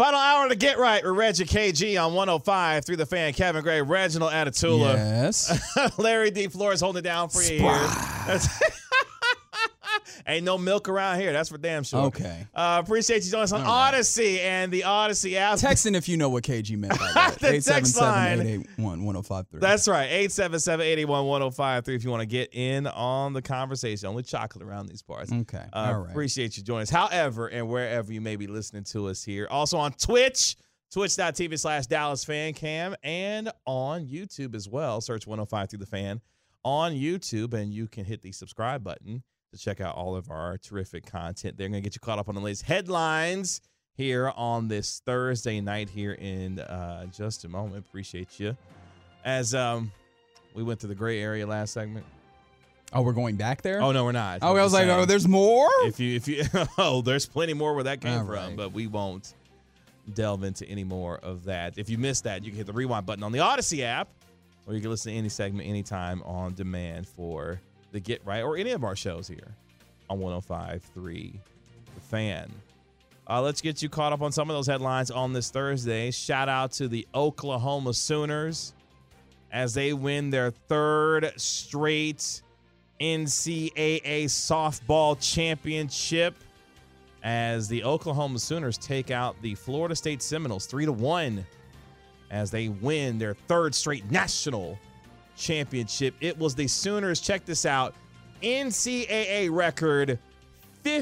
Final hour to get right with Reggie KG on 105 through the fan. Kevin Gray, Reginald Atatula. Yes. Larry D. Flores holding it down for you here. That's- Ain't no milk around here. That's for damn sure. Okay. Uh, appreciate you joining us on All right. Odyssey and the Odyssey app. Texting if you know what KG meant by that. The text line. 877-881-1053. That's right. 877 881 1053 if you want to get in on the conversation. Only chocolate around these parts. Okay. Uh, All right. Appreciate you joining us. However, and wherever you may be listening to us here, also on Twitch, twitch.tv slash Dallas Fan Cam, and on YouTube as well. Search 105 through the fan on YouTube, and you can hit the subscribe button to check out all of our terrific content. They're going to get you caught up on the latest headlines here on this Thursday night here in uh, just a moment. Appreciate you. As um, we went through the gray area last segment. Oh, we're going back there? Oh, no, we're not. Oh, I was like, oh, there's more? If you, if you, oh, there's plenty more where that came All from, right. but we won't delve into any more of that. If you missed that, you can hit the rewind button on the Odyssey app, or you can listen to any segment anytime on demand for the Get Right or any of our shows here on 105.3 The Fan. Uh, let's get you caught up on some of those headlines on this Thursday. Shout out to the Oklahoma Sooners as they win their third straight NCAA softball championship as the Oklahoma Sooners take out the Florida State Seminoles 3 to 1 as they win their third straight national championship. It was the Sooners, check this out, NCAA record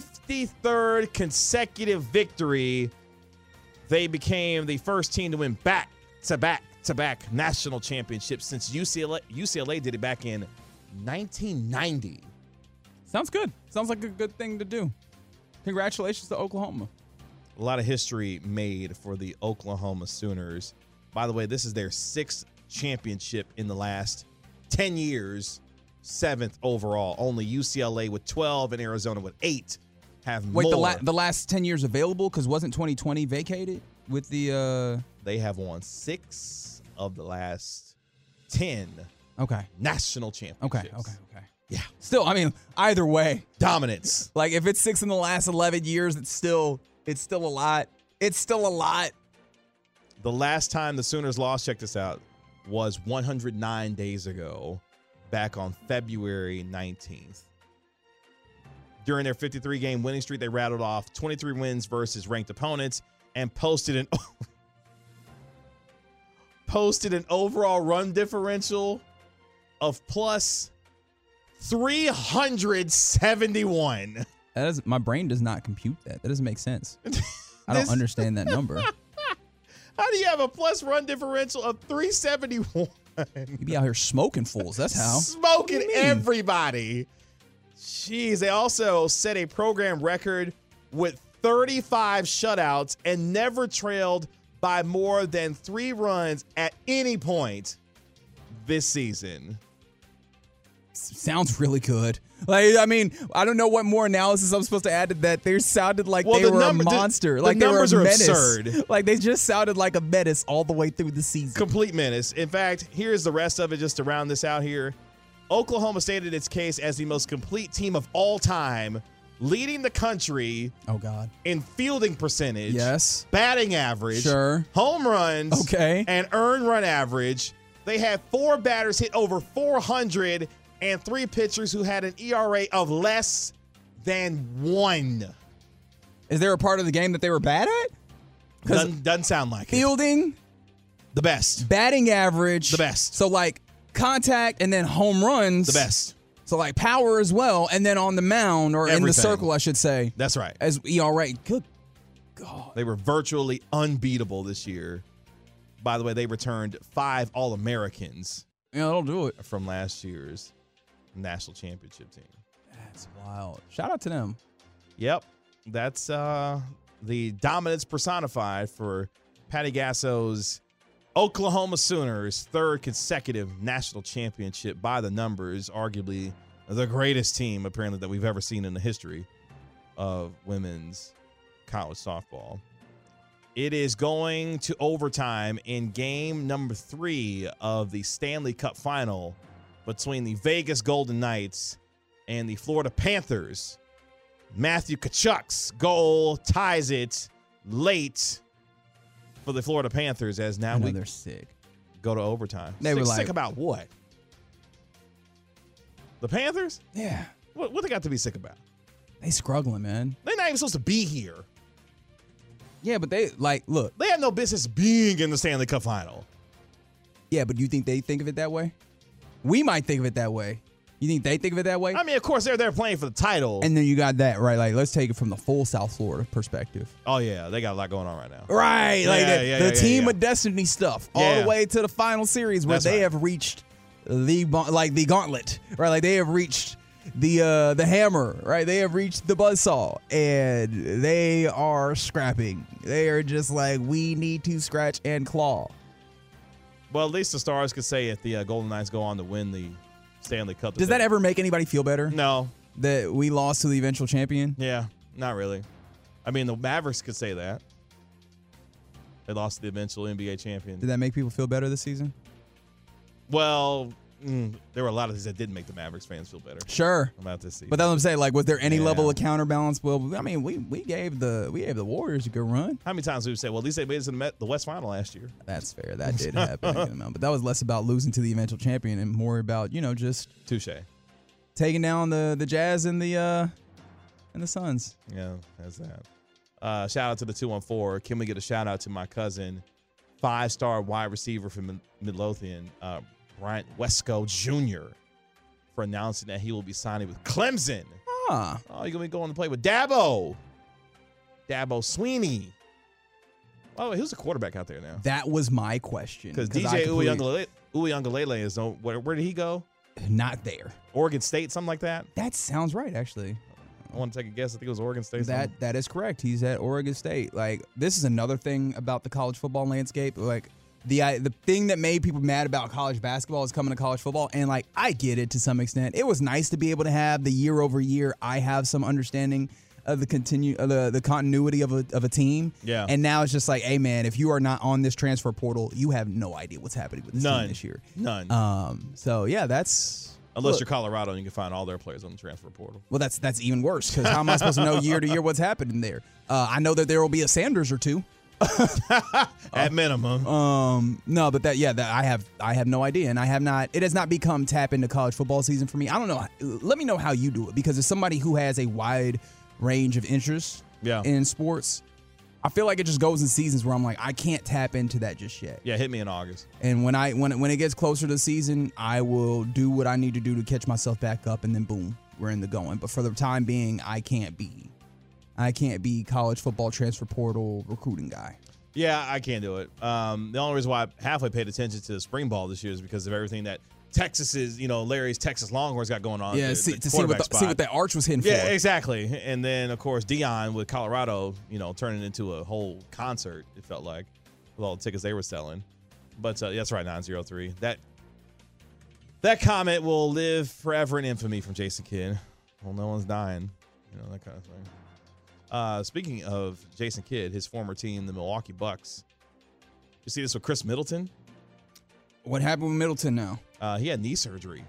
53rd consecutive victory. They became the first team to win back to back to back national championships since UCLA UCLA did it back in 1990. Sounds good. Sounds like a good thing to do. Congratulations to Oklahoma. A lot of history made for the Oklahoma Sooners. By the way, this is their sixth championship in the last 10 years, seventh overall. Only UCLA with 12 and Arizona with eight have Wait, more. the, la- the last 10 years available? Because wasn't 2020 vacated with the. uh, they have won six of the last 10 uh Okay. national championships. Okay. Okay. Okay. Yeah. Still, I mean, either way, Dominance. like if it's six in the last 11 years, it's still, it's still a lot. It's still a lot. The last time the Sooners lost, check this out, was 109 days ago, back on February 19th. During their 53 game winning streak, they rattled off 23 wins versus ranked opponents and posted an posted an overall run differential of plus 371. That is, my brain does not compute that. That doesn't make sense. I This- don't understand that number. How do you have a plus run differential of 371? You be out here smoking fools. That's how. Smoking What do you mean? everybody. Jeez, they also set a program record with 35 shutouts and never trailed by more than three runs at any point this season. Sounds really good. Like I mean, I don't know what more analysis I'm supposed to add to that. They sounded like Well, they the were number- a the- monster. the like they were numbers a are menace. absurd. Like they just sounded like a menace all the way through the season. Complete menace. In fact, here's the rest of it just to round this out here. Oklahoma stated its case as the most complete team of all time, leading the country oh God. in fielding percentage. Yes. batting average, Sure. home runs, Okay. and earned run average. They had four batters hit over 400 and three pitchers who had an ERA of less than one. Is there a part of the game that they were bad at? Doesn't, doesn't sound like it. Fielding, The best. batting average, The best. So like contact and then home runs, The best. So like power as well, and then on the mound or in the Everything. circle, I should say, That's right. as ERA. Good They were virtually unbeatable this year. By the way, they returned five All Americans Yeah, that'll do it. from last year's national championship team. That's wild. Shout out to them. Yep. That's uh the dominance personified for Patty Gasso's Oklahoma Sooners third consecutive national championship by the numbers, arguably the greatest team apparently that we've ever seen in the history of women's college softball. It is going to overtime in game number 3 of the Stanley Cup final between the Vegas Golden Knights and the Florida Panthers. Matthew Kachuk's goal ties it late for the Florida Panthers as now I know we they're sick. go to overtime. They sick, were like- sick about what? The Panthers? Yeah, What, what they got to be sick about? they struggling, man. They're not even supposed to be here. Yeah, but they like look. They had no business being in the Stanley Cup final. Yeah, but you think they think of it that way? We might think of it that way. You think they think of it that way? I mean, of course, they're there playing for the title. and then you got that right. Like, let's take it from the full South Florida perspective. oh, yeah, they got a lot going on right now. Right, like Yeah, the, yeah, the yeah, yeah, team yeah. of destiny stuff, all Yeah. the way to the final series where That's they right. have reached the bon- like the gauntlet, right? Like they have reached the uh the hammer, right? They have reached the buzzsaw, and they are scrapping. They are just like we need to scratch and claw. Well, at least the Stars could say if the uh, Golden Knights go on to win the Stanley Cup. Does that ever make anybody feel better No. that we lost to the eventual champion? Yeah, not really. I mean, the Mavericks could say that. They lost to the eventual NBA champion. Did that make people feel better this season? well, mm, there were a lot of things that did make the Mavericks fans feel better Sure. about this season. But that's what I'm saying. Like, was there any Yeah. level of counterbalance? Well, I mean, we we gave the we gave the Warriors a good run. How many times do we say, well, at least they made it to the Met- the West Final last year? That's fair. That did happen. a good amount. But that was less about losing to the eventual champion and more about, you know, just Touche. taking down the the Jazz and the uh and the Suns. Yeah, that's that. Uh, shout out to the 214. Can we get a shout out to my cousin, five star wide receiver from Mid- Midlothian, uh, Bryant Wesco Jr., for announcing that he will be signing with Clemson. Ah. Oh, you're gonna be going to play with Dabo. Dabo Sweeney. Oh, who's the quarterback out there now? That was my question. Because I DJ completely- Uyunglele Uyunglele is no where, where did he go? not there. Oregon State, something like that. That sounds right, actually. I want to take a guess. I think it was Oregon State. That something. that is correct. He's at Oregon State. Like this is another thing about the college football landscape. Like the I, the thing that made people mad about college basketball is coming to college football, and like I get it to some extent. It was nice to be able to have the year over year. I have some understanding of the continue of the the continuity of a of a team. Yeah. And now it's just like, hey man, if you are not on this transfer portal, you have no idea what's happening with this none team this year. None. Um. So yeah, that's Unless look. you're Colorado and you can find all their players on the transfer portal. Well, that's that's even worse because how am I supposed to know year to year what's happening there? Uh, I know that there will be a Sanders or two. Uh, At minimum. Um, no, but that yeah, that I have I have no idea, and I have not. It has not become tap into college football season for me. I don't know. Let me know how you do it because as somebody who has a wide range of interests Yeah. in sports, I feel like it just goes in seasons where I'm like I can't tap into that just yet. yeah, hit me in August. And when I when it- when it gets closer to the season, I will do what I need to do to catch myself back up, and then boom, we're in the going. But for the time being, I can't be, I can't be college football transfer portal recruiting guy. Yeah, I can't do it. Um, the only reason why I halfway paid attention to the spring ball this year is because of everything that Texas is, you know, Larry's Texas Longhorns got going on. at yeah, the- see, Oh, the to see what quarterback the, see spot. what that arch was hitting Yeah, for. exactly. And then of course Dion with Colorado, you know, turning into a whole concert. It felt like with all the tickets they were selling. But uh, that's right, nine zero three. That that comment will live forever in infamy from Jason Kidd. Well, no one's dying, you know that kind of thing. Uh, speaking of Jason Kidd, his former team, the Milwaukee Bucks. You see this with Chris Middleton? What happened with Middleton now? Uh, he had knee surgery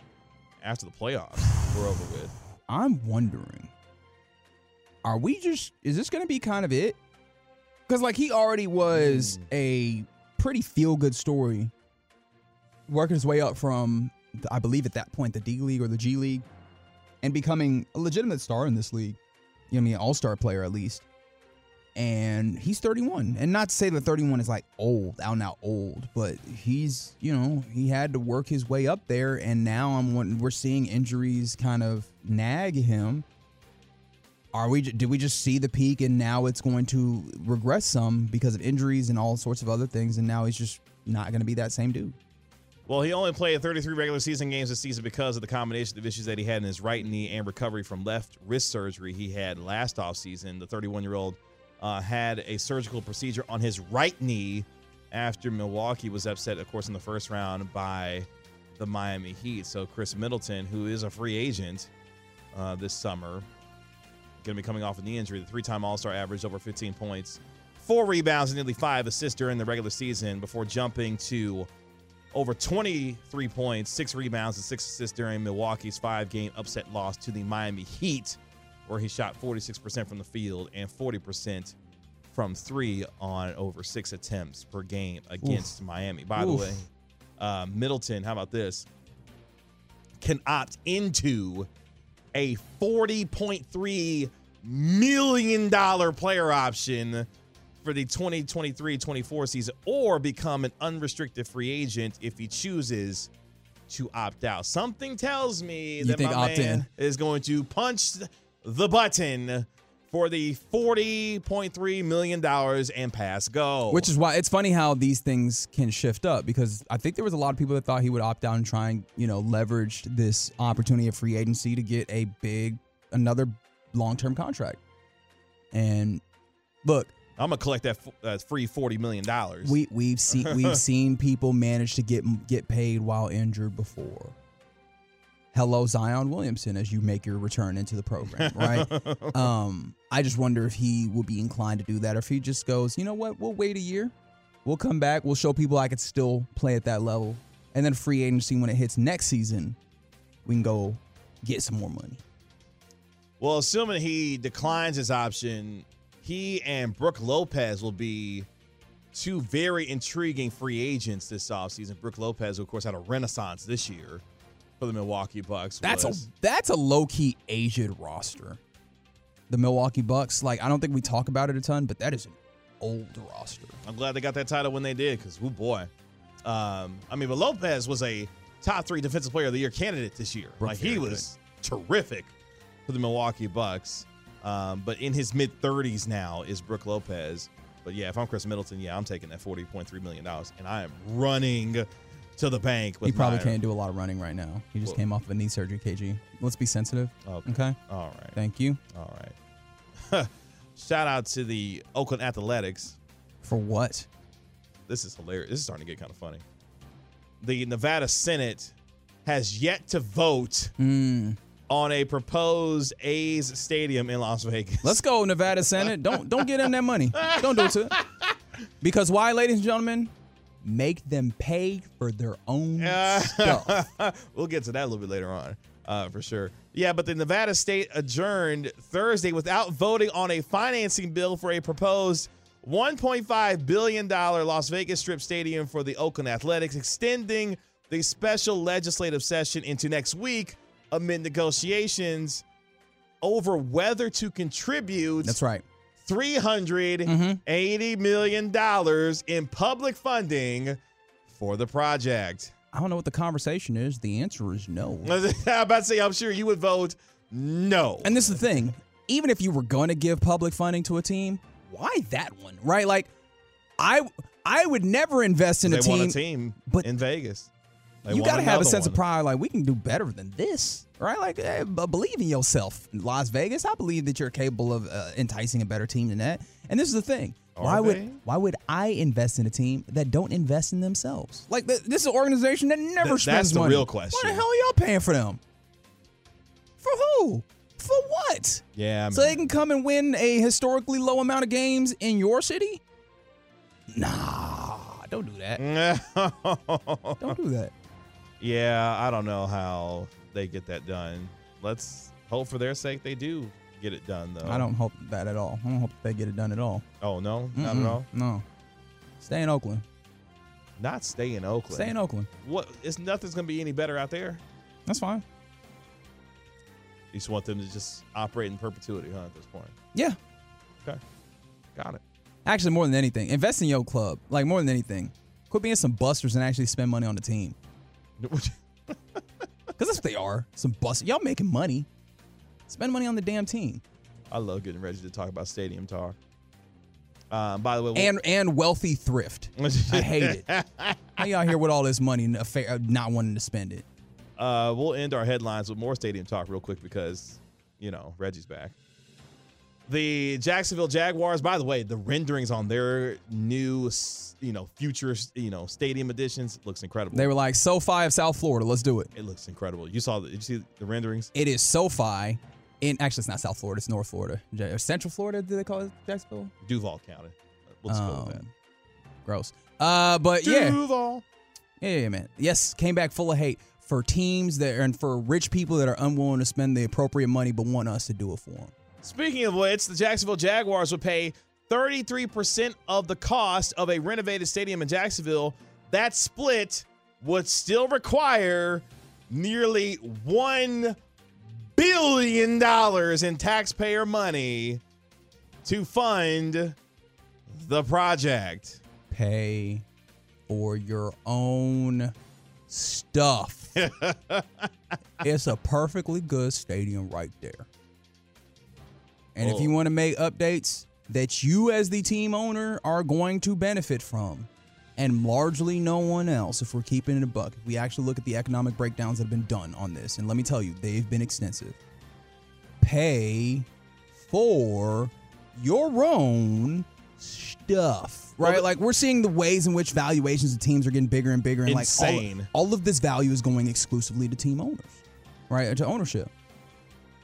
after the playoffs were over with. I'm wondering, are we just is this going to be kind of it? Because like he already was a pretty feel good story, working his way up from the- I believe at that point the D League or the G League, and becoming a legitimate star in this league. You know, what I mean, all star player at least. and he's 31. And not to say that 31 is like old, out now old, but he's, you know, he had to work his way up there. And now I'm wanting- we're seeing injuries kind of nag him. Are we? Did we just see the peak and now it's going to regress some because of injuries and all sorts of other things? And now he's just not going to be that same dude. Well, he only played 33 regular season games this season because of the combination of issues that he had in his right knee and recovery from left wrist surgery he had last offseason. The 31 year old uh, had a surgical procedure on his right knee after Milwaukee was upset, of course, in the first round by the Miami Heat. So, Chris Middleton, who is a free agent uh, this summer, going to be coming off a knee injury. The three time All Star averaged over 15 points, four rebounds, and nearly five assists during the regular season before jumping to over 23 points, six rebounds, and six assists during Milwaukee's five game upset loss to the Miami Heat, where he shot 46% from the field and 40% from three on over six attempts per game against Miami. By the Oof. way, uh, Middleton, how about this? Can opt into a $40.3 million player option for the 2023-24 season or become an unrestricted free agent if he chooses to opt out. Something tells me You that think my opt man is going to punch the button for the $40.3 million and pass go. Which is why it's funny how these things can shift up because I think there was a lot of people that thought he would opt out and try and, you know, leverage this opportunity of free agency to get a big, another long term contract. And look, I'm going to collect that f- uh, free $40 million. we, we've seen we've seen people manage to get get paid while injured before. Hello, Zion Williamson, as you make your return into the program, right? um, I just wonder if he will be inclined to do that, or if he just goes, you know what, we'll wait a year, we'll come back, we'll show people I could still play at that level, and then free agency when it hits next season, we can go get some more money. Well, assuming he declines his option, he and Brooke Lopez will be two very intriguing free agents this offseason. Brooke Lopez, who, of course, had a renaissance this year for the Milwaukee Bucks. That's a was- that's a low key aged roster. The Milwaukee Bucks, like I don't think we talk about it a ton, but that is an old roster. I'm glad they got that title when they did, because, oh boy. Um, I mean, but Lopez was a top three defensive player of the year candidate this year. Brooke like, he very was terrific for the Milwaukee Bucks. Um, but in his mid 30s now is Brooke Lopez. But yeah, if I'm Chris Middleton, yeah, I'm taking that $40.3 million and I am running to the bank with He probably my- can't do a lot of running right now. He just Well- came off of a knee surgery, KG. Let's be sensitive. Oh, Okay. All right. Thank you. All right. Shout out to the Oakland Athletics. For what? This is hilarious. This is starting to get kind of funny. The Nevada Senate has yet to vote on a proposed A's stadium in Las Vegas. Let's go, Nevada Senate. Don't don't get in that money. Don't do it to it. Because why, ladies and gentlemen? Make them pay for their own stuff. we'll get to that a little bit later on, uh, for sure. Yeah, but the Nevada state adjourned Thursday without voting on a financing bill for a proposed $1.5 billion Las Vegas Strip Stadium for the Oakland Athletics, extending the special legislative session into next week amid negotiations over whether to contribute That's right. Three hundred eighty million dollars in public funding for the project. I don't know what the conversation is. The answer is no. I was about to say, I'm sure you would vote no. And this is the thing. Even if you were going to give public funding to a team, why that one? Right? Like, I I would never invest in they a team. want a team but- in Vegas. They you want got to have a another sense of one. pride. Like, we can do better than this, right? Like, eh, b- believe in yourself, Las Vegas. I believe that you're capable of uh, enticing a better team than that. And this is the thing. Are they? why would why would I invest in a team that don't invest in themselves? Like th- this is an organization that never Th- that's spends the money. real question. Why the hell are y'all paying for them? For who? For what? Yeah, man. So they can come and win a historically low amount of games in your city? Nah, don't do Mm. that. Don't do that. yeah, I don't know how they get that done. Let's hope for their sake they do get it done, though. I don't hope that at all. I don't hope they get it done at all. Oh no, not at Mm-mm. all. No. Stay in Oakland. Not stay in Oakland. Stay in Oakland. What? It's nothing's gonna be any better out there. That's fine. You just want them to just operate in perpetuity, huh? At this point. Yeah. Okay. Got it. Actually, more than anything, invest in your club. Like more than anything, quit being some busters and actually spend money on the team. Because that's what they are. Some busters. Y'all making money. Spend money on the damn team. I love getting ready to talk about stadium talk. Um, by the way, And and wealthy thrift. I hate it. How y'all here with all this money and affair- uh, not wanting to spend it? Uh, we'll end our headlines with more stadium talk real quick because, you know, Reggie's back. The Jacksonville Jaguars, by the way, the renderings on their new, s- you know, future, s- you know, stadium editions looks incredible. They were like, SoFi of South Florida, let's do it. it looks incredible. You saw, the, did you see the renderings? It is SoFi in, actually, it's not South Florida, it's North Florida. Ja- or Central Florida, do they call it Jacksonville? Duval County. We'll just go with Um, Gross. Uh, but that. yeah. Duval. Yeah, yeah, man. Yes, came back full of hate for teams that and for rich people that are unwilling to spend the appropriate money but want us to do it for them. Speaking of which, the Jacksonville Jaguars will pay 33% of the cost of a renovated stadium in Jacksonville. That split would still require nearly $1 billion in taxpayer money to fund the project. Pay for your own stuff. it's a perfectly good stadium right there. And if you Oh. want to make updates that you as the team owner are going to benefit from and largely no one else if we're keeping it a buck. We actually look at the economic breakdowns that have been done on this and let me tell you, they've been extensive. Pay for your own stuff. Right? like we're seeing the ways in which valuations of teams are getting bigger and bigger and like Insane. all- all, of this value is going exclusively to team owners. Right? Or to ownership.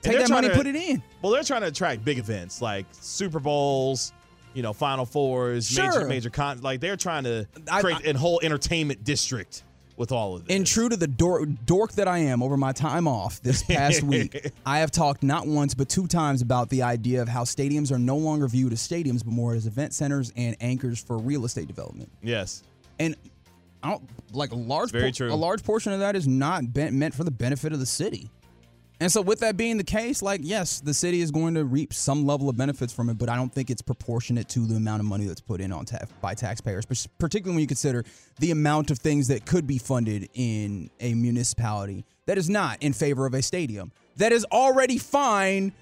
Take they're that money trying and put to- it in. Well, they're trying to attract big events like Super Bowls, you know, Final Fours, Sure. major major con like they're trying to I- create a whole entertainment district with all of this. And true to the dork, dork that I am over my time off this past week, I have talked not once but two times about the idea of how stadiums are no longer viewed as stadiums but more as event centers and anchors for real estate development. Yes. And I don't like a large very true. a large portion of that is not bent, meant for the benefit of the city. And so with that being the case, like yes, the city is going to reap some level of benefits from it, but I don't think it's proportionate to the amount of money that's put in on ta- by taxpayers, pers- particularly when you consider the amount of things that could be funded in a municipality that is not in favor of a stadium that is already fine.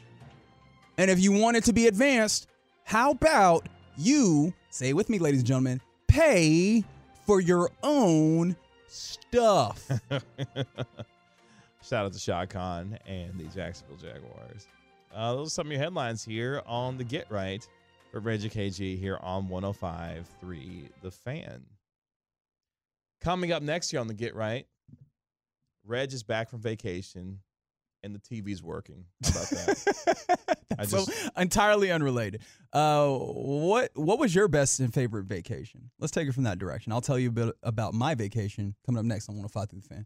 And if you want it to be advanced, how about you say it with me, ladies and gentlemen, pay for your own stuff. Shout out to Shot Khan and the Jacksonville Jaguars. Uh, those are some of your headlines here on the Get Right for Reggie KG here on 105.3 The Fan. Coming up next year on the Get Right, Reg is back from vacation and the TV's working. How about that? I so just- entirely unrelated. Uh, what what was your best and favorite vacation? Let's take it from that direction. I'll tell you a bit about my vacation coming up next on 105 through the fan.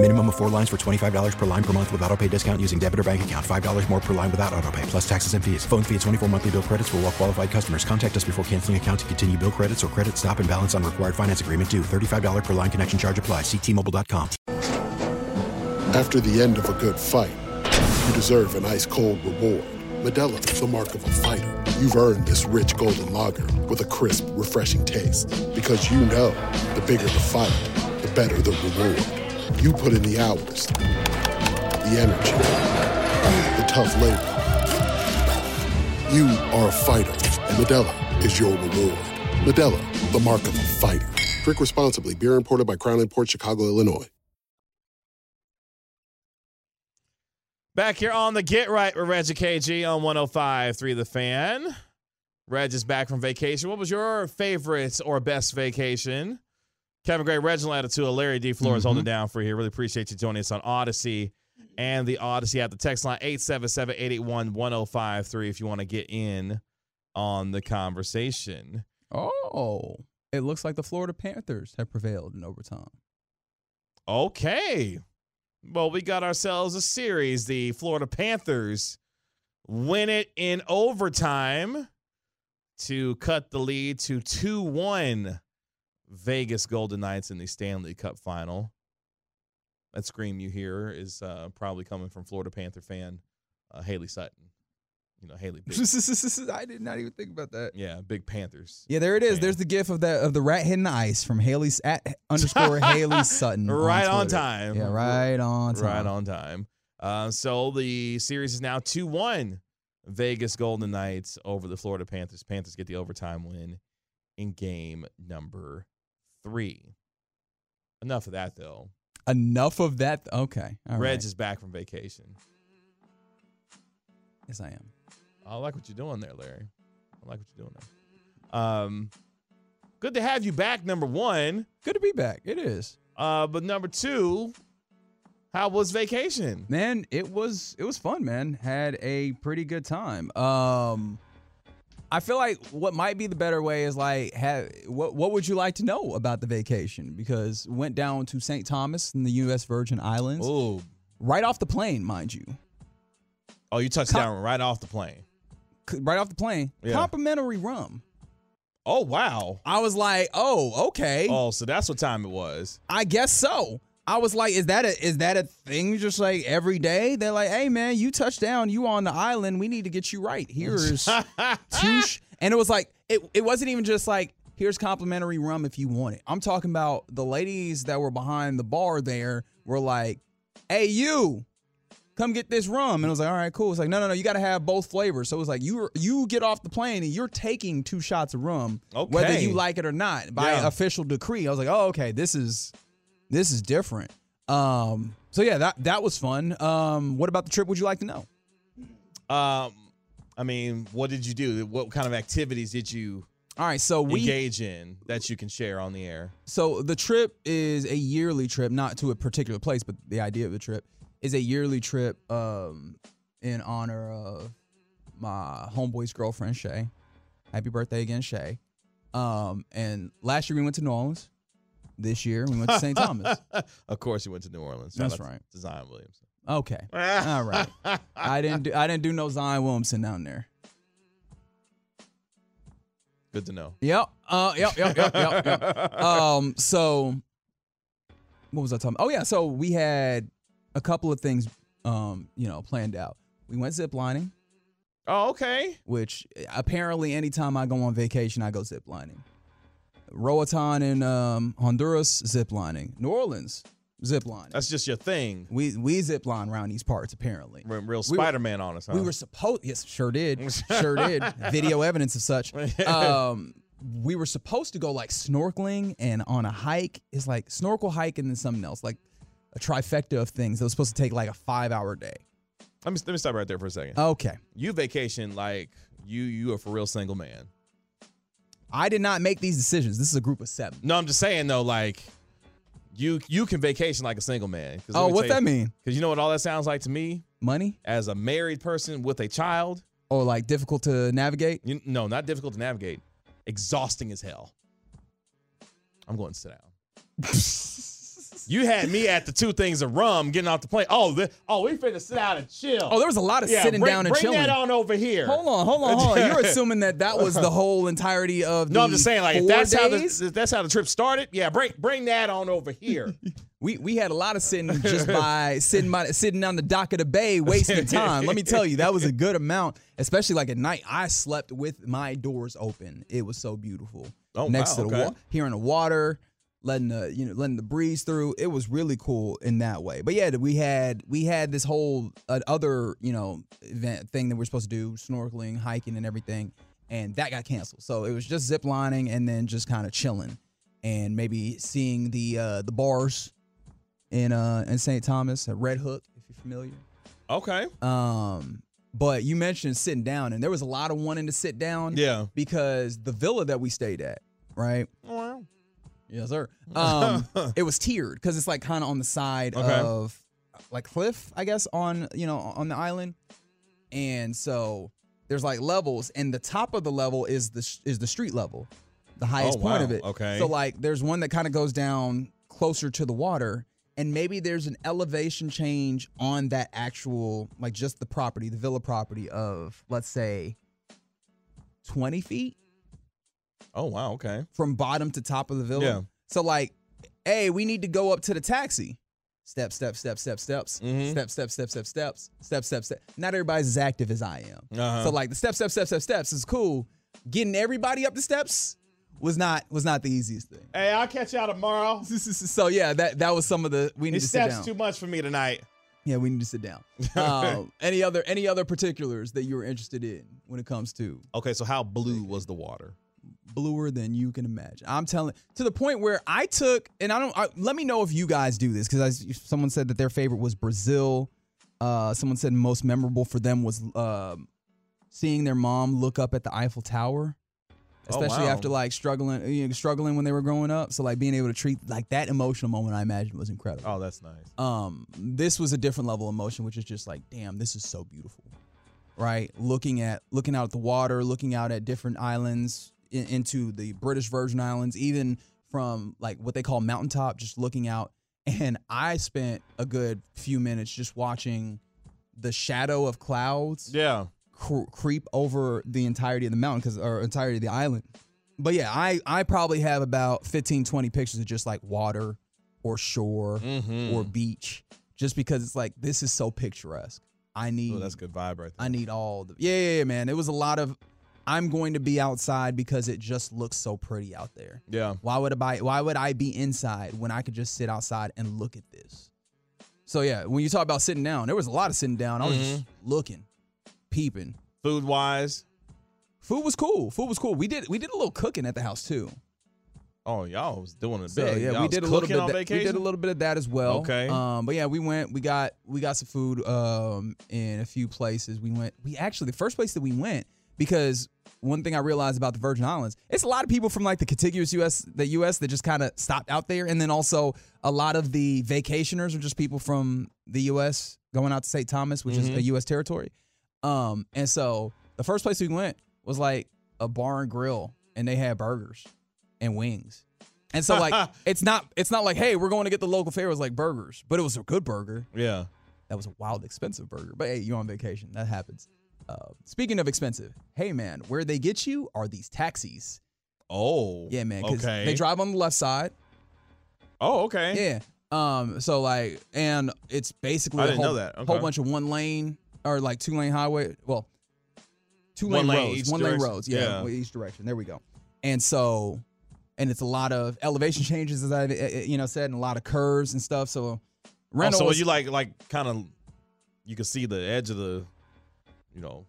Minimum of four lines for $25 per line per month with auto pay discount using debit or bank account. $5 more per line without auto pay, plus taxes and fees. Phone fee at 24 monthly bill credits for all qualified customers. Contact us before canceling account to continue bill credits or credit stop and balance on required finance agreement due. $35 per line connection charge apply. Ctmobile.com. After the end of a good fight, you deserve an ice cold reward. Medella is the mark of a fighter. You've earned this rich golden lager with a crisp, refreshing taste. Because you know the bigger the fight, the better the reward. You put in the hours, the energy, the tough labor. You are a fighter, and Medella is your reward. Medella, the mark of a fighter. Drink responsibly. Beer imported by Crown Port Chicago, Illinois. Back here on the Get Right with Reggie KG on 105.3 The Fan. Reg is back from vacation. What was your favorite or best vacation? Kevin Gray, Reginald Attitude, Larry D. Flores holding down for you here. Really appreciate you joining us on Odyssey and the Odyssey app. The text line 877-881-1053 if you want to get in on the conversation. Oh, it looks like the Florida Panthers have prevailed in overtime. Okay. Well, we got ourselves a series. The Florida Panthers win it in overtime to cut the lead to 2 1 Vegas Golden Knights in the Stanley Cup final. That scream you hear is uh, probably coming from Florida Panther fan uh, Haley Sutton. You know, Haley. Big, I did not even think about that. yeah, big Panthers. Yeah, there it is. fan. There's the gif of that of the rat hitting the ice from Haley's at underscore Haley Sutton. Right on Twitter. time. Yeah, right on time. Right on time. Uh, so the series is now 2 1 Vegas Golden Knights over the Florida Panthers. Panthers get the overtime win in game number three. Enough of that, though. Enough of that. Okay. all right. Reg is back from vacation. Yes, I am. I like what you're doing there, Larry. I like what you're doing there. Um, good to have you back, number one. Good to be back. It is. Uh, but number two, how was vacation? Man, it was it was fun, man. Had a pretty good time. Um I feel like what might be the better way is like have, what what would you like to know about the vacation? Because went down to St. Thomas in the US Virgin Islands. Ooh. Right off the plane, mind you. Oh, you touched down right off the plane. C- Right off the plane. Yeah. Complimentary rum. Oh, wow. I was like, "Oh, okay. Oh, so that's what time it was. I guess so." I was like, "Is that a is that a thing just like every day?" They're like, "Hey man, you touched down, you on the island. We need to get you right. Here's Touche. And it was like it, it wasn't even just like here's complimentary rum if you want it. I'm talking about the ladies that were behind the bar there were like, "Hey you, come get this rum." And I was like, "All right, cool." It's like, "No, no, no, you got to have both flavors." So it was like you were, you get off the plane and you're taking two shots of rum whether Okay. you like it or not by Yeah. official decree. I was like, "Oh, okay. This is this is different." Um so yeah, that that was fun. Um what about the trip would you like to know? Um, I mean, what did you do? What kind of activities did you All right, so we engage in that you can share on the air? So the trip is a yearly trip, not to a particular place, but the idea of the trip is a yearly trip um, in honor of my homeboy's girlfriend Shay. Happy birthday again, Shay! Um, and last year we went to New Orleans. This year we went to St. Thomas. of course, you went to New Orleans. That's Shout out to- right. To Zion Williamson. Okay, all right. I didn't do I didn't do no Zion Williamson down there. Good to know. Yep. Uh, yep. Yep. Yep. Yep. yep. Um. So, what was I talking? Oh yeah. So we had a couple of things, um, you know, planned out. We went zip lining, Oh, okay. which apparently anytime I go on vacation, I go zip lining. Roatan in um, Honduras, zip lining. New Orleans, zip lining. That's just your thing. we we zip line around these parts apparently. We're real We were- Spider Man on us. Huh? We were supposed, yes, sure did, sure did. Video evidence of such. Um, we were supposed to go like snorkeling and on a hike. It's like snorkel hike and then something else, like a trifecta of things. That was supposed to take like a five-hour day. Let me let me stop right there for a second. Okay, you vacation like you you are for real single man. I did not make these decisions. This is a group of seven. No, I'm just saying though, like you you can vacation like a single man. Oh, what that mean? Because you know what all that sounds like to me Money as a married person with a child. or like difficult to navigate? You, no, not difficult to navigate. Exhausting as hell. I'm going to sit down. you had me at the two things of rum getting off the plane. Oh, the, oh, we finna sit out and chill. Oh, there was a lot of sitting bring, down and bring chilling. that on over here. Hold on, hold on, hold on. You're assuming that that was the whole entirety of the No, I'm just saying, like if four that's how the, days? if that's how the trip started. Yeah, bring bring that on over here. We we had a lot of sitting just by sitting by sitting on the dock of the bay, wasting time. Let me tell you, that was a good amount, especially like at night. I slept with my doors open. It was so beautiful. Oh, wow, next to the okay. wa- hearing the water, letting the you know letting the breeze through. It was really cool in that way. But yeah, we had we had this whole uh, other you know event thing that we're supposed to do, snorkeling, hiking, and everything, and that got canceled. So it was just zip lining and then just kind of chilling and maybe seeing the uh, the bars in uh in St. Thomas at Red Hook, if you're familiar. Okay. Um, but you mentioned sitting down, and there was a lot of wanting to sit down. Yeah. Because the villa that we stayed at, right? Oh, Yes, sir. Um, it was tiered because it's like kind of on the side Okay. of like cliff, I guess, on you know on the island, and so there's like levels, and the top of the level is the sh- is the street level, the highest Oh, point of wow. it. Okay. So like there's one that kind of goes down closer to the water, and maybe there's an elevation change on that actual like just the property, the villa property of let's say twenty feet Oh wow. Okay. from bottom to top of the villa. Yeah. So like, hey, we need to go up to the taxi. Step, step, step, step, steps. Mhm. Step, step, step, step, steps. Step, step, step. Not everybody's as active as I am. Uh-huh. So like the step, step, step, step, steps is cool. Getting everybody up the steps was not was not the easiest thing. Hey, I'll catch y'all tomorrow. So yeah, that that was some of the we need His to sit steps down. too much for me tonight. yeah, we need to sit down. um, any other any other particulars that you were interested in when it comes to Okay, so how blue was the water? bluer than you can imagine. I'm telling to the point where I took and I don't I, let me know if you guys do this because someone said that their favorite was Brazil. Uh, someone said most memorable for them was um, seeing their mom look up at the Eiffel Tower, Oh, especially wow. after like struggling, you know, struggling when they were growing up. So like being able to treat like that emotional moment, I imagine was incredible. Oh, that's nice. Um, this was a different level of emotion, which is just like, damn, this is so beautiful, right? Looking at looking out at the water, looking out at different islands in, into the British Virgin Islands, even from like what they call mountaintop, just looking out. And I spent a good few minutes just watching the shadow of clouds Yeah. cr- creep over the entirety of the mountain because or entirety of the island but yeah i i probably have about 15 20 pictures of just like water or shore or beach just because it's like this is so picturesque i need Oh, that's good vibe right there. i need all the yeah, yeah yeah man it was a lot of i'm going to be outside because it just looks so pretty out there Yeah. why would I buy, why would I be inside when I could just sit outside and look at this? So yeah, when you talk about sitting down, there was a lot of sitting down. I was just looking, peeping. Food wise. Food was cool. Food was cool. We did we did a little cooking at the house too. Oh, y'all was doing it big. So yeah, Y'all we was did a little cooking bit. on of that, we vacation. did a little bit of that as well. Okay. Um, but yeah, we went. We got we got some food um in a few places. We went. We actually the first place that we went because one thing I realized about the Virgin Islands, it's a lot of people from like the contiguous U.S. the U.S. that just kind of stopped out there, and then also a lot of the vacationers are just people from the U.S. going out to St. Thomas, which Mm-hmm. is a U.S. territory. Um, and so the first place we went was like a bar and grill, and they had burgers and wings. And so like it's not it's not like hey we're going to get the local fair. It was like burgers, but it was a good burger. yeah. That was a wild expensive burger. But hey, you're on vacation. That happens. Uh, speaking of expensive, hey man, where they get you are these taxis. Oh. Yeah man, because Okay. they drive on the left side. Oh, okay. Yeah. Um. So like, and it's basically I a didn't whole, know that. Okay. whole bunch of one lane or like two lane highway. Well, two One lane, lane each roads, one lane direction. roads. Yeah, Yeah. well, each direction. There we go. And so, and it's a lot of elevation changes, as I uh, uh, you know said, and a lot of curves and stuff. So, Oh, rental so was- you like like kind of you can see the edge of the you know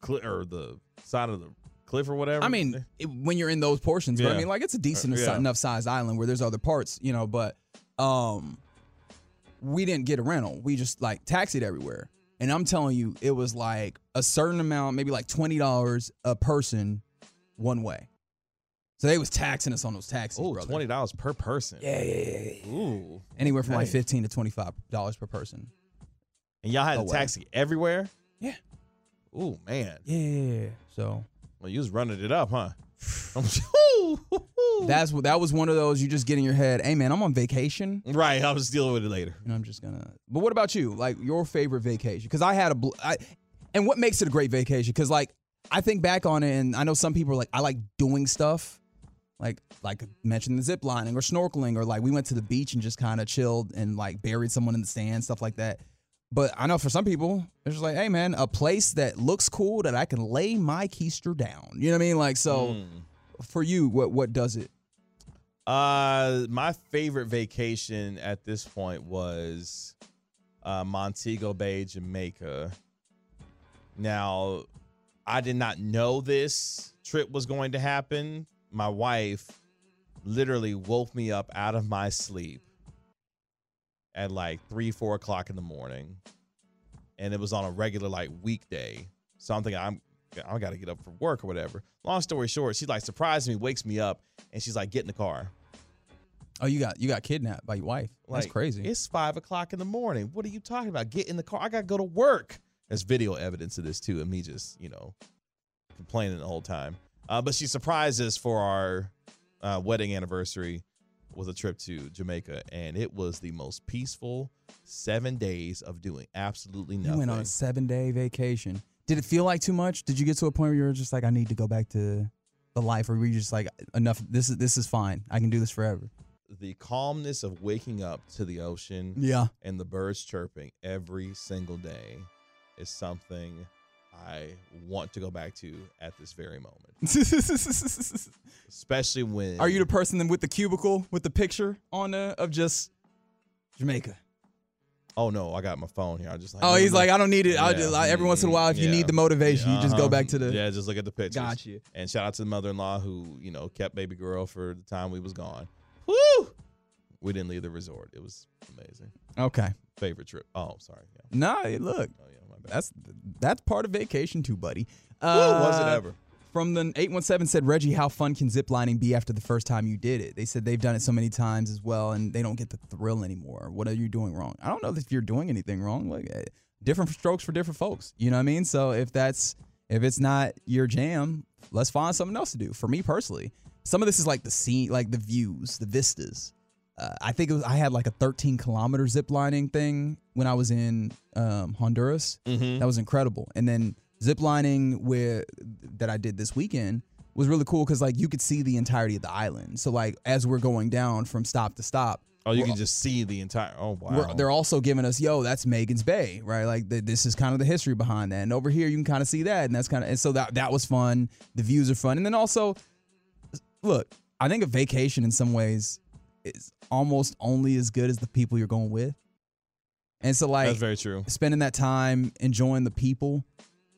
cli or the side of the cliff or whatever. I mean, it, when you're in those portions, but I Yeah. Uh, mean, like it's a decent yeah. enough sized island where there's other parts, you know. But um, we didn't get a rental. We just like taxied everywhere, and I'm telling you, it was like a certain amount, maybe like twenty dollars a person, one way. So they was taxing us on those taxis, Ooh, brother. twenty dollars per person. Yeah, yeah, yeah, yeah, yeah. Ooh. Anywhere from like Okay. fifteen to twenty five dollars per person. And y'all had Oh, a wow. taxi everywhere? Yeah. Ooh, man. Yeah, yeah, yeah. So Well, you was running it up, huh? that's what that was one of those you just get in your head. Hey man, I'm on vacation. right. I'll just deal with it later. and I'm just gonna. But what about you? Like your favorite vacation? Because I had a, bl- I, and what makes it a great vacation? Because like I think back on it, and I know some people are like, I like doing stuff, like like mentioned the zip lining or snorkeling, or like we went to the beach and just kind of chilled and like buried someone in the sand, stuff like that. But I know for some people, it's just like, hey man, a place that looks cool that I can lay my keister down. You know what I mean? Like so, for you, what what does it? Uh, my favorite vacation at this point was uh, Montego Bay, Jamaica. Now, I did not know this trip was going to happen. My wife literally woke me up out of my sleep at like three, four o'clock in the morning and it was on a regular like weekday. So I'm thinking I'm I got to get up for work or whatever. Long story short, she like surprises me, wakes me up, and she's like, "Get in the car." Oh, you got you got kidnapped by your wife. Like, That's crazy. It's five o'clock in the morning. What are you talking about? Get in the car. I gotta go to work. There's video evidence of this too, and me just you know complaining the whole time. Uh, but she surprised us for our uh, wedding anniversary was a trip to Jamaica, and it was the most peaceful seven days of doing absolutely you nothing. went on a seven day vacation. Did it feel like too much? Did you get to a point where you were just like, I need to go back to the life, or were you just like, enough? This is this is fine. I can do this forever. the calmness of waking up to the ocean Yeah. and the birds chirping every single day is something I want to go back to at this very moment. Especially when Are you the person then with the cubicle with the picture on uh, of just Jamaica? Oh no, I got my phone here. I just like Oh, he's like, I don't need it. I'll Yeah. just, like, every once in a while, if you Yeah. need the motivation, you just go Uh-huh. back to the. Yeah, just look at the pictures. Got you. And shout out to the mother-in-law who, you know, kept baby girl for the time we was gone. Woo! We didn't leave the resort. It was amazing. Okay. Favorite trip. Oh, sorry. Yeah. Nah, look, Oh yeah, my bad. that's that's part of vacation too, buddy. Woo, was it Uh, ever? From the 817 said, Reggie, how fun can zip lining be after the first time you did it? They said they've done it so many times as well and they don't get the thrill anymore. What are you doing wrong? I don't know if you're doing anything wrong. Like, eh, different strokes for different folks. You know what I mean? So if that's, if it's not your jam, let's find something else to do. For me personally, some of this is like the scene, like the views, the vistas. Uh, I think it was, I had like a 13 kilometer zip lining thing when I was in um, Honduras. Mm-hmm. That was incredible. And then zip lining with that I did this weekend was really cool because like you could see the entirety of the island. So like as we're going down from stop to stop, Oh, you can just see the entire. Oh wow. we're, they're also giving us, yo, that's Megan's Bay, right? Like th- this is kind of the history behind that. And over here, you can kind of see that, and that's kind of, and so that that was fun. The views are fun, and then also, look, I think a vacation in some ways is almost only as good as the people you're going with. And so, like, That's very true. spending that time enjoying the people.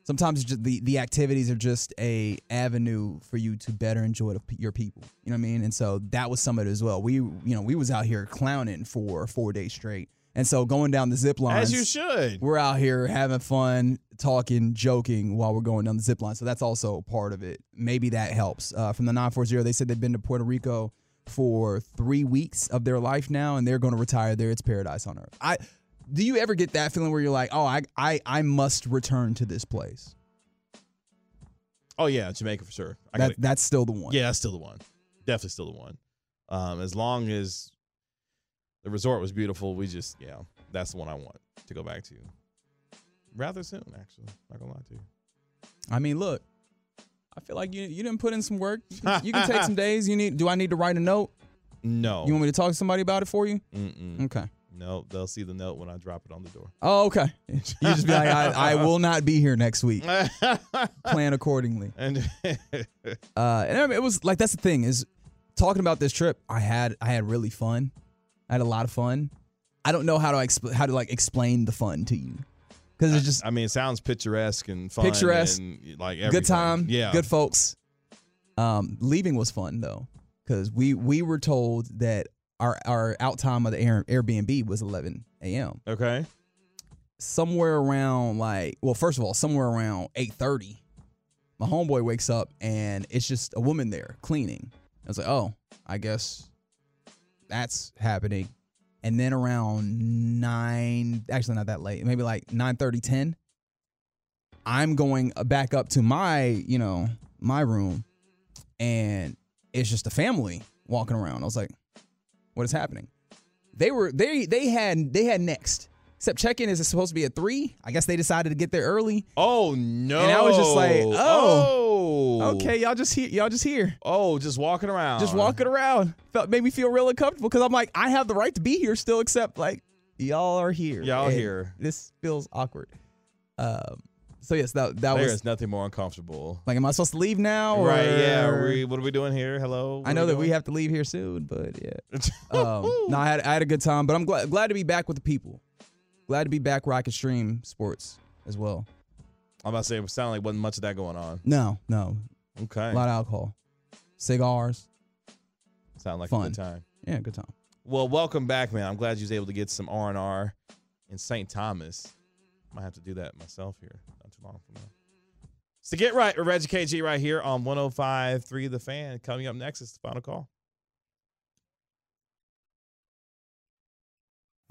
Sometimes it's just the, the activities are just a avenue for you to better enjoy the, pe- your people. You know what I mean? And so that was some of it as well. We you know we was out here clowning for four days straight, and so going down the zip As lines. you should. We're out here having fun, talking, joking while we're going down the zip line. So that's also part of it. Maybe that helps. Uh, from the 940, they said they've been to Puerto Rico for three weeks of their life now, and they're going to retire there. It's paradise on earth. I do you ever get that feeling where you're like, oh, I I, I must return to this place? Oh yeah, Jamaica for sure. I That, gotta- that's still the one. yeah, that's still the one. Definitely still the one. Um, as long as the resort was beautiful, we just yeah, that's the one I want to go back to. Rather soon, actually. Not gonna lie to you. I mean, look, I feel like you you didn't put in some work. You can, you can take some days. You need. Do I need to write a note? No. You want me to talk to somebody about it for you? Mm-mm. Okay. No, they'll see the note when I drop it on the door. Oh, okay. You just be like, I, I will not be here next week. Plan accordingly. and Uh, and I mean, it was like that's the thing is talking about this trip. I had I had really fun. I had a lot of fun. I don't know how to exp- how to like explain the fun to you because it's just I mean, it sounds picturesque and fun. Picturesque. And, like good everything. time. Yeah. good folks. Um, leaving was fun though because we we were told that our our out time of the Air, Airbnb was 11 a.m. okay. somewhere around like well first of all somewhere around 8.30 my homeboy wakes up and it's just a woman there cleaning i was like oh i guess that's happening and then around 9 actually not that late maybe like 9.30 10 i'm going back up to my you know my room and it's just a family walking around i was like what is happening they were they they had they had next except check-in is supposed to be at three i guess they decided to get there early Oh no. And I was just like, oh. okay y'all just here y'all just here Oh, just walking around. just walking around felt made me feel real uncomfortable because i'm like i have the right to be here still except like y'all are here Y'all and here. this feels awkward um so yes that that There was is nothing more uncomfortable. like am i supposed to leave now or- Right? Yeah. are we, what are we doing here? Hello. I know that we have to leave here soon, but yeah. um, no, I had, I had a good time, but I'm glad glad to be back with the people. Glad to be back where I could stream sports as well. I'm about to say it sounded like wasn't much of that going on. No, no, Okay. a lot of alcohol, cigars. Sound like a fun. good time. Yeah, good time. Well, welcome back, man. I'm glad you was able to get some R and R in St. Thomas. Might have to do that myself here. Not too long from now. It's the Get Right with Reggie KG right here on 105.3 The Fan. Coming up next is the final call.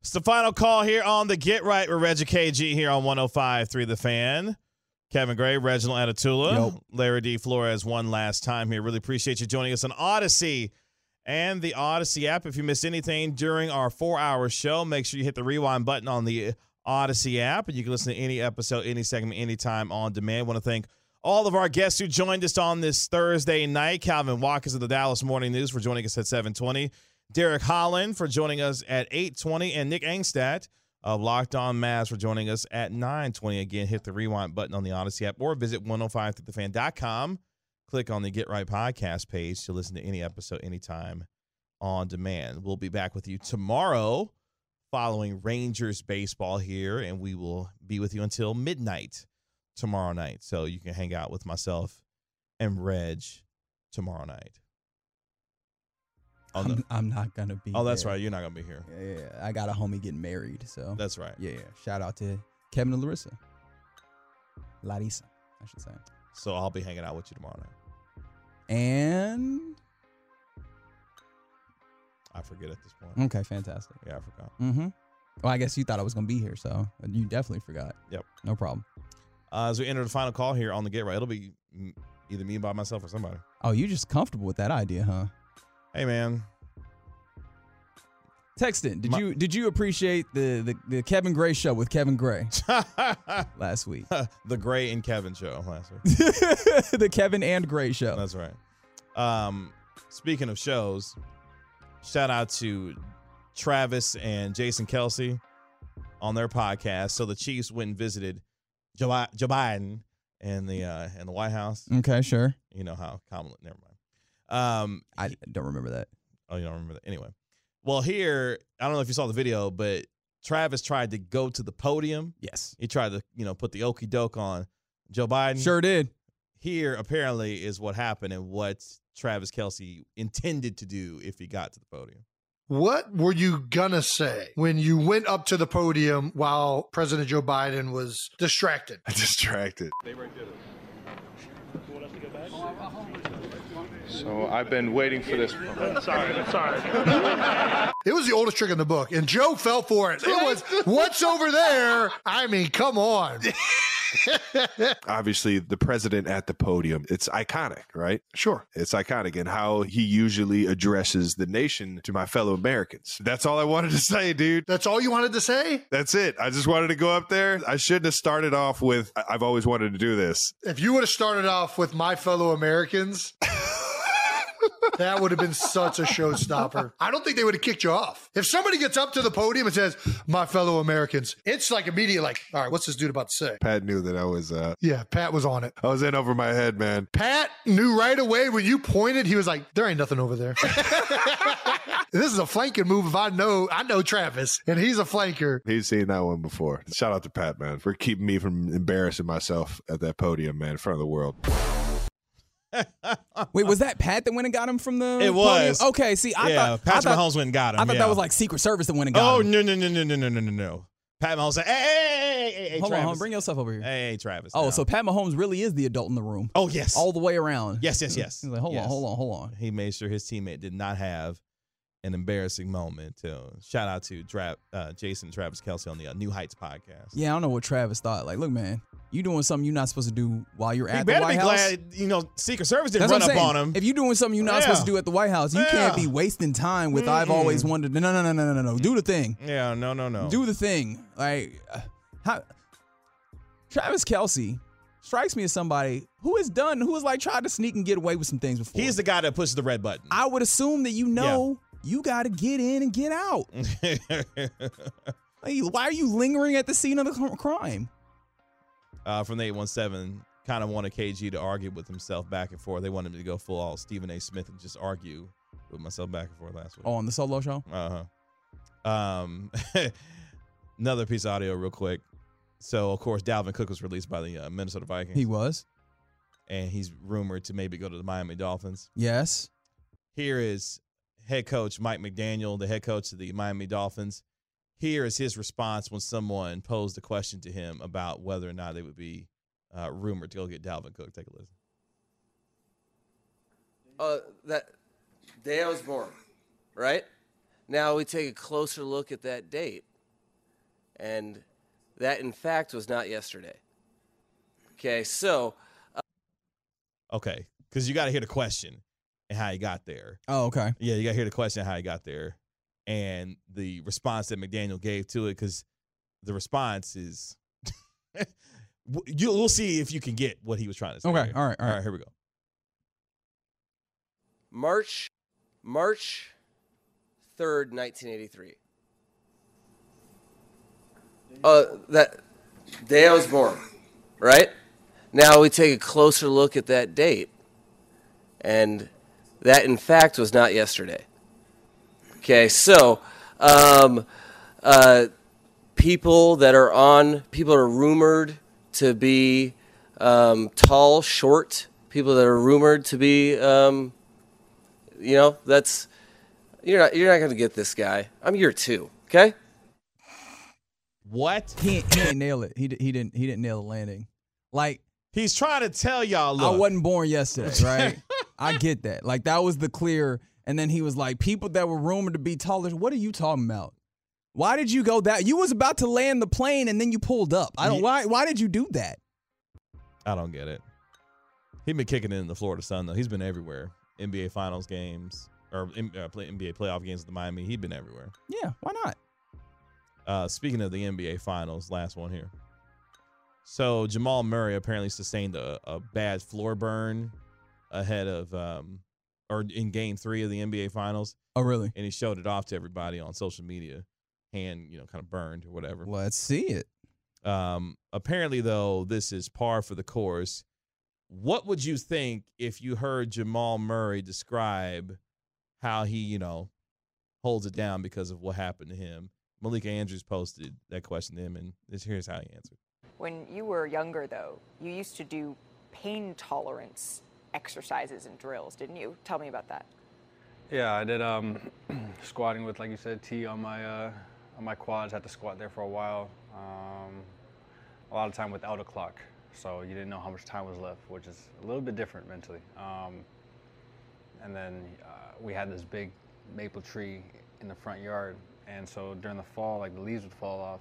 It's the final call here on the Get Right with Reggie KG here on 105.3 The Fan. Kevin Gray, Reginald Atatula, Larry D. Flores one last time here. Really appreciate you joining us on Odyssey and the Odyssey app. If you missed anything during our four hour show, make sure you hit the rewind button on the Odyssey app and you can listen to any episode, any segment, anytime on demand. want to thank all of our guests who joined us on this Thursday night. Calvin Watkins of the Dallas Morning News for joining us at 720. Derek Holland for joining us at 820. And Nick Engstadt of Locked On Mavs for joining us at 920. Again, hit the rewind button on the Odyssey app or visit 105thefan.com. Click on the Get Right podcast page to listen to any episode anytime on demand. We'll be back with you tomorrow following Rangers baseball here, and we will be with you until midnight tomorrow night. So you can hang out with myself and Reg tomorrow night. On the- I'm, I'm not gonna be. oh, that's there. right. You're not going to be here. Yeah, yeah, I got a homie getting married, so That's right. yeah, yeah. Shout out to Kevin and Larissa, Larissa, I should say, So I'll be hanging out with you tomorrow night. and I forget at this point. okay, fantastic. Yeah, I forgot. Mm-hmm. Well, I guess you thought I was gonna be here, so you definitely forgot. Yep. No problem. Uh, as we enter the final call here on the get right, it'll be mm, either me by myself or somebody. Oh, you just comfortable with that idea, huh? Hey, man. Texton, did My- you did you appreciate the, the the Kevin Gray show with Kevin Gray last week? the Gray and Kevin show last week. the Kevin and Gray show. That's right. Um, speaking of shows, shout out to Travis and Jason Kelsey on their podcast. So the Chiefs went and visited Joe, Bi- Joe Biden and the uh, and the White House. Okay, sure. You know how Kamala. Never mind. Um, I don't remember that. Oh, you don't remember that. Anyway, well, here I don't know if you saw the video, but Travis tried to go to the podium. Yes. He tried to, you know, put the okey doke on Joe Biden. Sure did. Here apparently is what happened and what Travis Kelsey intended to do if he got to the podium. What were you gonna say when you went up to the podium while President Joe Biden was distracted? distracted. So I've been waiting for this. It was the oldest trick in the book, and Joe fell for it. It was what's over there? I mean, come on. Obviously, the president at the podium, it's iconic, right? Sure. It's iconic and how he usually addresses the nation to my fellow Americans. That's all I wanted to say, dude. That's all you wanted to say? That's it. I just wanted to go up there. I shouldn't have started off with, "I- I've always wanted to do this. If you would have started off with my fellow Americans, that would have been such a showstopper. I don't think they would have kicked you off. If somebody gets up to the podium and says, my fellow Americans, it's like immediate, like, all right, what's this dude about to say? Pat knew that I was, uh, Yeah, Pat was on it. I was in over my head, man. Pat knew right away when you pointed, he was like, there ain't nothing over there. this is a flanking move if I know I know Travis and he's a flanker. He's seen that one before. Shout out to Pat, man, for keeping me from embarrassing myself at that podium, man, in front of the world. Wait, was that Pat that went and got him from the? It was. podium? Okay, see, I yeah, thought Patrick I thought, Mahomes went and got him. I thought yeah. that was like Secret Service that went and got Oh him. no no no no no no no no no. Pat Mahomes said, hey hey hey hey, hey, hey hold on, Travis. hold on, bring yourself over here. hey, hey Travis. oh, no. so Pat Mahomes really is the adult in the room, oh yes. all the way around. Yes, yes, yes. He's like, hold Yes. on, hold on, hold on. he made sure his teammate did not have an embarrassing moment. So shout out to Dra- uh, Jason and Travis Kelsey on the uh, New Heights podcast. Yeah, I don't know what Travis thought. Like, look, man, you doing something you're not supposed to do while you're he at the better White be House. glad you know Secret Service didn't That's what run up I'm saying. on him. If you're doing something you're not supposed to Yeah. do at the White House, you can't Yeah. be wasting time with I've always wondered. No, no, no, no, no, no, no. Do the thing. yeah, no, no, no. Do the thing. Like, uh, how, Travis Kelsey strikes me as somebody who has done, who has like tried to sneak and get away with some things before. He's the guy that pushes the red button. I would assume that you know you got to get in and get out. Like, why are you lingering at the scene of the cr- crime? uh, from the 817 kind of wanted KG to argue with himself back and forth. They wanted him to go full all Stephen A. Smith and just argue with myself back and forth last week. Oh, on the solo show? Uh huh. Um, another piece of audio, real quick. So, of course, Dalvin Cook was released by the uh, Minnesota Vikings. He was. And he's rumored to maybe go to the Miami Dolphins. Yes. Here is head coach Mike McDaniel, the head coach of the Miami Dolphins. Here is his response when someone posed a question to him about whether or not they would be uh, rumored to go get Dalvin Cook. Take a listen. uh, that day I was born, right? Now we take a closer look at that date, and that in fact was not yesterday. Okay, so Okay, because you got to hear the question and how he got there. Oh, okay. Yeah, you got to hear the question and how he got there, and the response that McDaniel gave to it. Because the response is, W- you, we'll see if you can get what he was trying to say. Okay, here. all right, all right. all right. Here we go. March, March third, nineteen eighty-three. Uh, that day I was born, right? Now we take a closer look at that date, and that in fact was not yesterday. Okay, so um, uh, people that are on, people are rumored to be um, tall, short. People that are rumored to be um, you know, that's you're not you're not gonna get this guy. I'm year two, okay? What? He, he didn't nail it. He, di- he didn't he didn't nail the landing. Like he's trying to tell y'all. I look. wasn't born yesterday, right? I get that. Like that was the clear. And then he was like, people that were rumored to be taller. What are you talking about? Why did you go that? You was about to land the plane and then you pulled up. I don't. Why? Why did you do that? I don't get it. He's been kicking it in the Florida sun though. He's been everywhere. NBA Finals games or M- uh, play- NBA playoff games with the Miami. He's been everywhere. Yeah. Why not? Uh, speaking of the NBA Finals, last one here. So Jamal Murray apparently sustained a, a bad floor burn ahead of um, or in Game Three of the NBA Finals. Oh, really? And he showed it off to everybody on social media. Hand, you know, kind of burned or whatever. Let's see it. Um, apparently, though, this is par for the course. What would you think if you heard Jamal Murray describe how he, you know, holds it down because of what happened to him? Malika Andrews posted that question to him, and this, here's how he answered. When you were younger, though, you used to do pain tolerance exercises and drills, didn't you? Tell me about that. Yeah, I did um, squatting with, like you said, T on my uh, on my quads. had to squat there for a while. Um, a lot of time without a clock, so you didn't know how much time was left, which is a little bit different mentally. Um, and then uh, we had this big maple tree in the front yard, and so during the fall, like the leaves would fall off,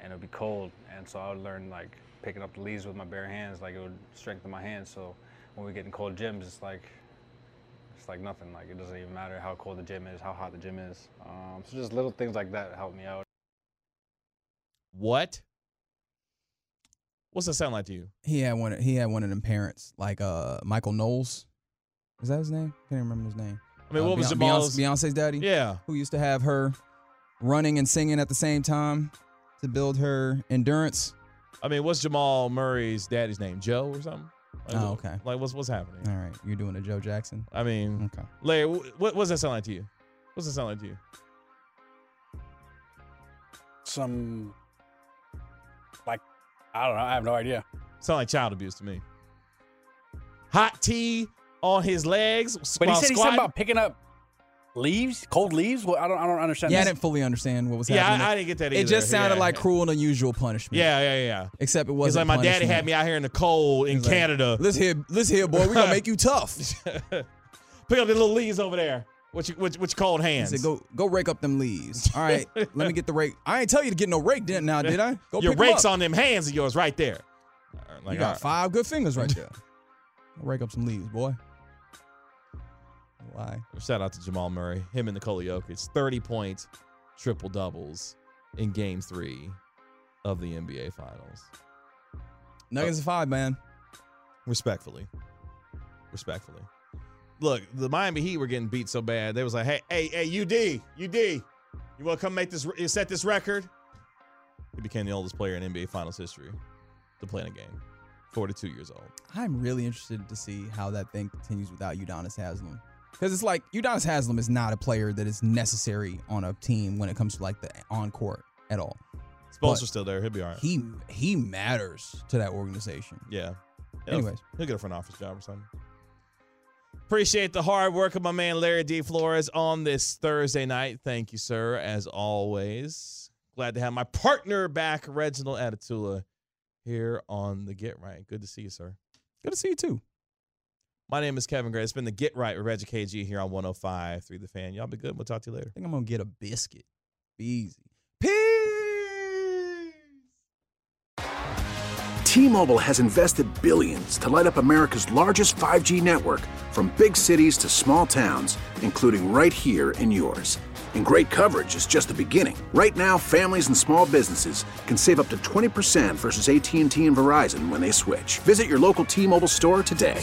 and it would be cold, and so I would learn like picking up the leaves with my bare hands, like it would strengthen my hands. So when we get in cold gyms, it's like it's like nothing. Like it doesn't even matter how cold the gym is, how hot the gym is. Um, so just little things like that help me out. What? What's that sound like to you? He had one. He had one of them parents, like uh Michael Knowles. Is that his name? Can't remember his name. I mean, Uh, what was Beyonce- Jamal's- Beyonce's daddy? Yeah. Who used to have her running and singing at the same time to build her endurance. I mean, what's Jamal Murray's daddy's name? Joe or something? Like, Oh, what- okay. Mm. Like, what's what's happening? All right, you're doing a Joe Jackson. I mean, okay. Larry, wh- what what's that sound like to you? What's that sound like to you? Some like I don't know. I have no idea. Sound like child abuse to me. Hot tea on his legs. But he while said he's something squatting. about picking up leaves, cold leaves. Well, I don't. I don't understand. Yeah, I this. didn't fully understand what was Yeah, I- happening. I didn't get that It either. just sounded Yeah. like cruel and unusual punishment. Yeah, yeah, yeah. Except it He's wasn't. like, my daddy had me out here in the cold in Canada. Let's hear, let's hear, boy. We gonna make you tough. Pick up the little leaves over there. What you what, you- what you cold He hands? said, "Go, go rake up them leaves." All right, let me get the rake. I ain't tell you to get no rake didn't now, did I? Go Your pick 'em rakes up. on them hands of yours right there. All right, like, you got all right. five good fingers right there. I'll rake up some leaves, boy. Why? Shout out to Jamal Murray, him and Nikola Jokic, thirty point triple doubles in Game Three of the NBA Finals. Nuggets of five, man. Respectfully. Respectfully. Look, the Miami Heat were getting beat so bad. They was like, hey, hey, hey, UD, UD, you want to come make this, re- set this record? He became the oldest player in NBA Finals history to play in a game. 42 years old. I'm really interested to see how that thing continues without Udonis Haslam. Because it's like Udonis Haslam is not a player that is necessary on a team when it comes to like the on court at all. Spolster's still there. He'll be all right. He he matters to that organization. Yeah. He'll- Anyways, he'll get a front office job or something. Appreciate the hard work of my man Larry D. Flores on this Thursday night. Thank you, sir, as always. Glad to have my partner back, Reginald Atatula, here on the Get Right. Good to see you, sir. good to see you too. My name is Kevin Gray. It's been the Get Right with Reggie KG here on 105 through the fan. Y'all be good. We'll talk to you later. I think I'm gonna get a biscuit. Be easy. T-Mobile has invested billions to light up America's largest 5G network from big cities to small towns, including right here in yours. And great coverage is just the beginning. Right now, families and small businesses can save up to 20% versus AT&T and Verizon when they switch. Visit your local T-Mobile store today.